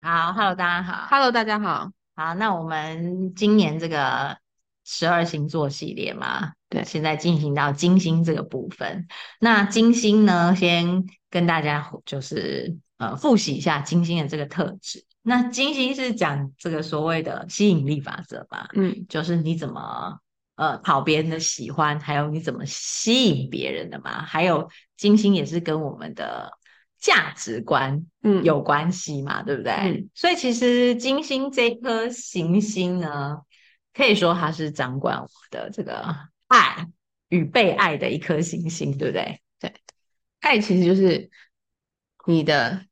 好，Hello，大家好。 Hello，大家好。好，那我们今年这个十二星座系列嘛，对现在进行到金星这个部分。那金星呢，先跟大家就是呃复习一下金星的这个特质。那金星是讲这个所谓的吸引力法则嘛，嗯就是你怎么呃讨别人的喜欢，还有你怎么吸引别人的嘛，还有金星也是跟我们的价值观嗯，有关系嘛，对不对？嗯所以其实金星这颗行星呢，可以说它是掌管我们的这个爱与被爱的一颗行星，对不对？爱其实就是你的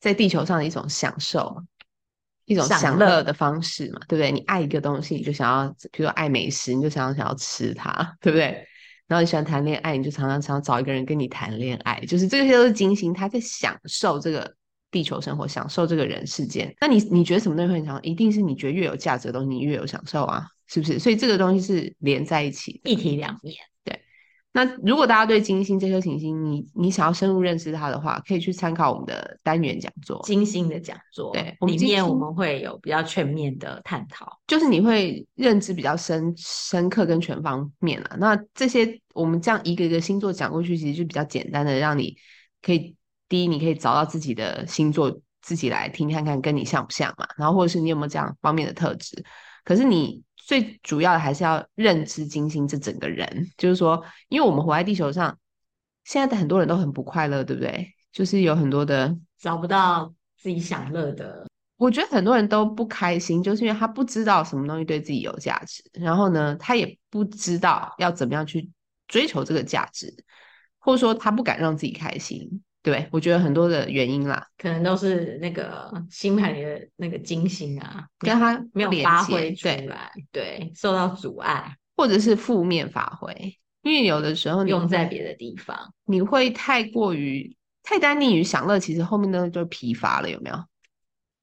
在地球上的一种享受嘛，一种享享乐乐的方式嘛，对不对？你爱一个东西，你就想要，比如说爱美食，你就想要想要吃它， 对不对？然后你喜欢谈恋爱，你就常常想要找一个人跟你谈恋爱，就是这些都是金星，他在享受这个地球生活，享受这个人世间。那你你觉得什么东西会很享受？一定是你觉得越有价值的东西，你越有享受啊，是不是？所以这个东西是连在一起的。一体两面。那如果大家对金星这颗行星，你你想要深入认识它的话，可以去参考我们的单元讲座，金星的讲座哦对我们里金面，我星们会有比较全面的探讨。就是你会认知比较深深刻跟全方面啊。那这些我们这样一个一个星座讲过去，其实就比较简单的，让你可以第一，你可以找到自己的星座，自己来听看看跟你像不像嘛，然后或者是你有没有这样方面的特质。可是你最主要的还是要认知金星这整个人，就是说，因为我们活在地球上，现在的很多人都很不快乐，对不对？就是有很多的，找不到自己享乐的，我觉得很多人都不开心，就是因为他不知道什么东西对自己有价值，然后呢，他也不知道要怎么样去追求这个价值，或者说他不敢让自己开心。对，我觉得很多的原因啦，可能都是那个星盘里的那个金星啊，跟他没有连发接挥出对，来，对，受到阻碍，或者是负面发挥，因为有的时哦候你用在会别的地方。你会太过于太单溺于享乐，其实后面呢就疲乏了，有没有？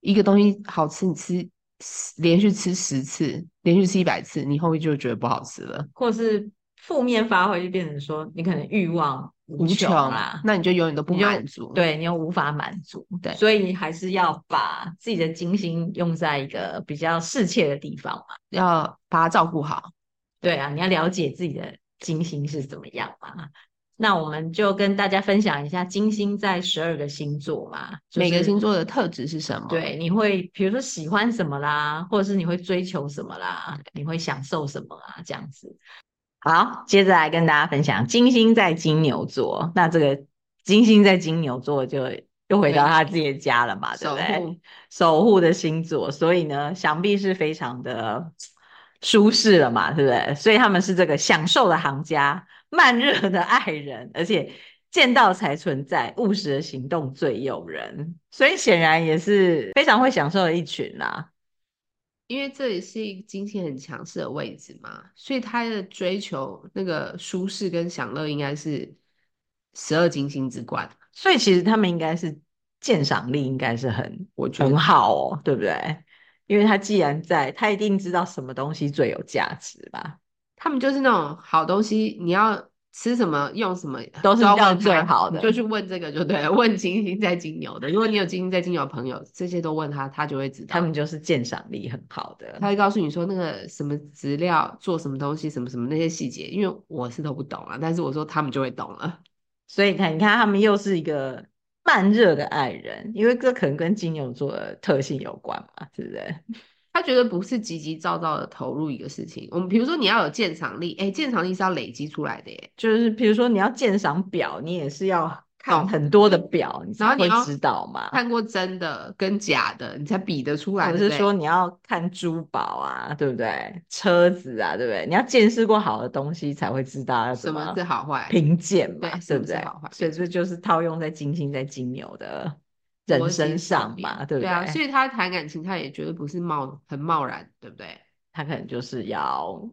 一个东西好吃，你吃十连续吃十次，连续吃一百次，你后面就觉得不好吃了，或是负面发挥，就变成说你可能欲望无无穷啦，那你就永远都不你就满足。，对你又无法满足，对所以你还是要把自己的精心用在一个比较适切的地方嘛。要把它照顾好。对啊，你要了解自己的金星是怎么样嘛。那我们就跟大家分享一下金星在十二个星座嘛，就每个是星座的特质是什么？，对，你会比如说喜欢什么啦，或者是你会追求什么啦，你会享受什么啦，这样子。好，接着来跟大家分享金星在金牛座，那这个金星在金牛座就又回到对他自己的家了嘛，对守不对？护守护的星座，所以呢，想必是非常的舒适了嘛，对不对？所以他们是这个享受的行家，慢热的爱人，而且见到才存在，务实的行动最诱人，所以显然也是非常会享受的一群啦、因为这里是一个金星很强势的位置嘛，所以他的追求那个舒适跟享乐应该是十二金星之冠，所以其实他们应该是鉴赏力应该是很我觉得很好哦，对不对？因为他既然在，他一定知道什么东西最有价值吧，他们就是那种好东西，你要吃什么用什么都是要这样问最他好你的就去问这个就对了。问金星在金牛的，如果你有金星在金牛的朋友，这些都问他，他就会知道。他们就是鉴赏力很好的他。会告诉你说那个什么资料做什么东西，什么什么那些细节，因为我是都不懂啊，但是我说他们就会懂了。 所以你看，你看他们又是一个慢热的爱人，因为这可能跟金牛座的特性有关嘛，对不对？他觉得不是急急躁躁的投入一个事情，我们比如说你要有鉴赏力，哎，鉴赏力是要累积出来的耶。就是比如说你要鉴赏表，你也是要看懂很多的表，你才然后你会要知道嘛。看过真的跟假的，你才比得出来。或者对是不对说你要看珠宝啊，对不对？车子啊，对不对？你要见识过好的东西，才会知道要怎什么是好坏？评鉴嘛，对对是不不是对好坏？所以这就是套用在金星在金牛的逻人辑身思上辨嘛，对不对啊，所以以他谈感情，他也绝对不是贸很贸然，对不对？他可能就是要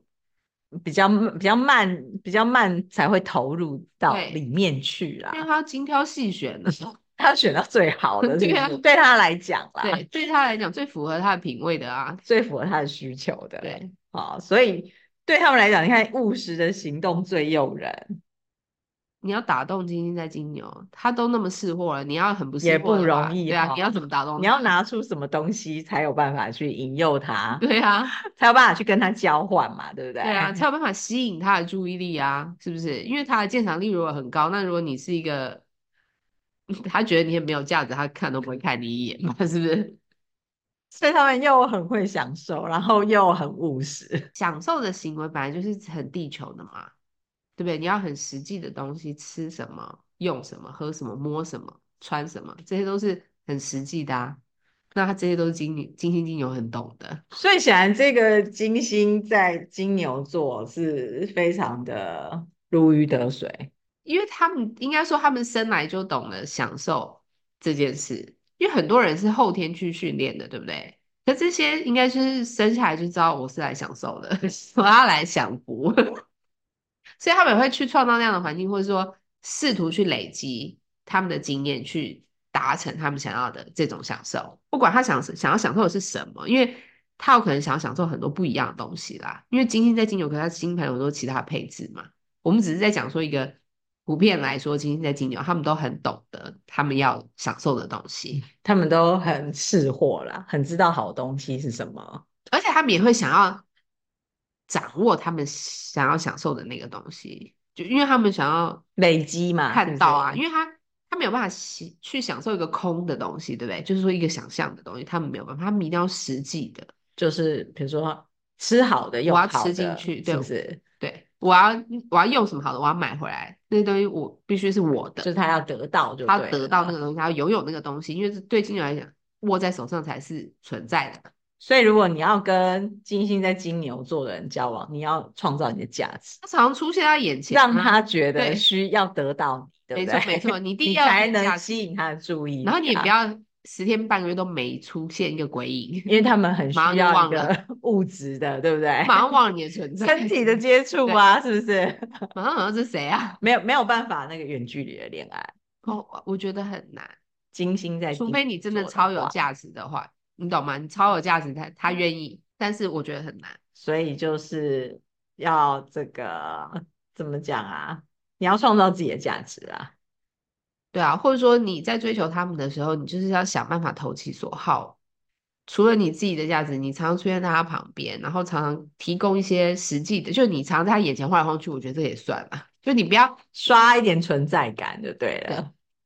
比较比较慢，比较慢才会投入到对啊里面去啦因。为他要精挑细选的，他要选到最好的，是对不啊是对他来讲啦， 对，对他来讲最符合他的品味的啊，最符合他的需求的。哦对，好，所以对他们来讲，你看务实的行动最诱人，你要打动金星在金牛，他都那么识货了，你要很不识也货不的话容易对啊，哈你要怎么打动你他？要拿出什么东西才有办法去引诱 他，对啊，才有办法去跟他交换嘛，对不 对？对啊，才有办法吸引他的注意力啊，是不是？因为他的鉴赏力如果很高，那如果你是一个， 他觉得你很没有价值，他看都不会看你一眼嘛，是不是？ 所以他们又很会享受，然后又很务实。享受的行为本来就是很地球的嘛，对不对？你要很实际的东西，吃什么、用什么、喝什么、摸什么、穿什么，这些都是很实际的啊。那他这些都是金牛、金星、金牛很懂的，所以显然，这个金星在金牛座是非常的如鱼得水。因为他们应该说他们生来就懂得享受这件事，因为很多人是后天去训练的，对不对？可这些应该就是生下来就知道我是来享受的， 我要来享福，所以他们也会去创造那样的环境，或者说试图去累积他们的经验，去达成他们想要的这种享受。不管他想想要享受的是什么，因为他有可能想要享受很多不一样的东西啦。因为金星在金牛，可是他金盘有很多其他配置嘛。我们只是在讲说一个普遍来说，金星在金牛，他们都很懂得他们要享受的东西，他们都很识货啦，很知道好东西是什么。而且他们也会想要掌握他们想要享受的那个东西，就因为他们想要累积嘛，是看不到是啊，因为他他没有办法喜去享受一个空的东西，对不对？就是说一个想象的东西，他们没有办法，他们一定要实际的。就是比如说吃好的，用要好吃进的去对是不是？对，我要我要用什么好的，我要买回来，那些东西我必须是我的，就是他要得到就他对得了到那嘛个东西，他要拥有那个东西，因为这对金牛来讲，握在手上才是存在的。所以，如果你要跟金星在金牛座的人交往，你要创造你的价值，它常常出现在眼前啊，让他觉得对需要得到你，对没不错对？没错，你第一你要有才这个价能值吸引他的注意力啊、然后你也不要十天半个月都没出现一个鬼影， 因为他们很需马上就要忘一个 物质的，对不对？ 马上忘了你的存在，身体的接触啊，是不是？ 马上好像是谁啊？ 没有没有办法那个远距离的恋爱，哦，我觉得很难，金星在金除牛座话，嗯非你真的超有价值的话，你懂吗？你超有价值，他他愿意，但是我觉得很难。所以就是要这个怎么讲啊？你要创造自己的价值啊。对啊，或者说你在追求他们的时候，你就是要想办法投其所好。除了你自己的价值，你常常出现在他旁边，然后常常提供一些实际的，就是你常常在他眼前晃来晃去，我觉得这也算了。就你不要，刷一点存在感就对了。对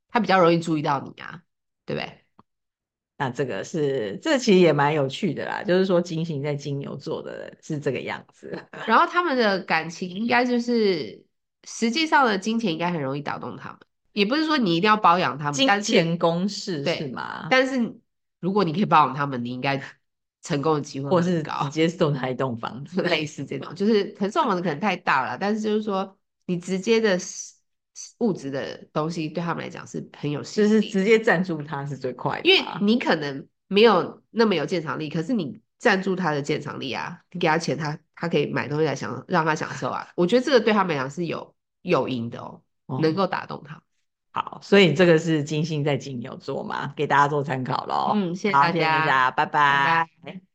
他比较容易注意到你啊，对不对？ 那这个是，这其实也蛮有趣的啦，就是说金星在金牛座的人是这个样子，然后他们的感情应该就是，实际上的金钱应该很容易打动他们，也不是说你一定要包养他们，金但是钱公式对是吗？但是如果你可以包养他们，你应该成功的机会或很是高直。接送他一栋房子， 类似这种，就是可能送房子可能太大了，但是就是说你直接的实物质的东西对他们来讲是很有吸就引是力的，直接赞助他是最快的啊因为吧，你可能没有那么有鉴赏力，可是你赞助他的鉴赏力啊，你给他钱他，他可以买东西来享让他享受啊，我觉得这个对他们来讲是有诱因的哦，能哦够打动他。好，所以这个是金星在金牛座嘛，给大家做参考喽。嗯，谢谢哦好，大谢谢大家，家，拜拜拜。拜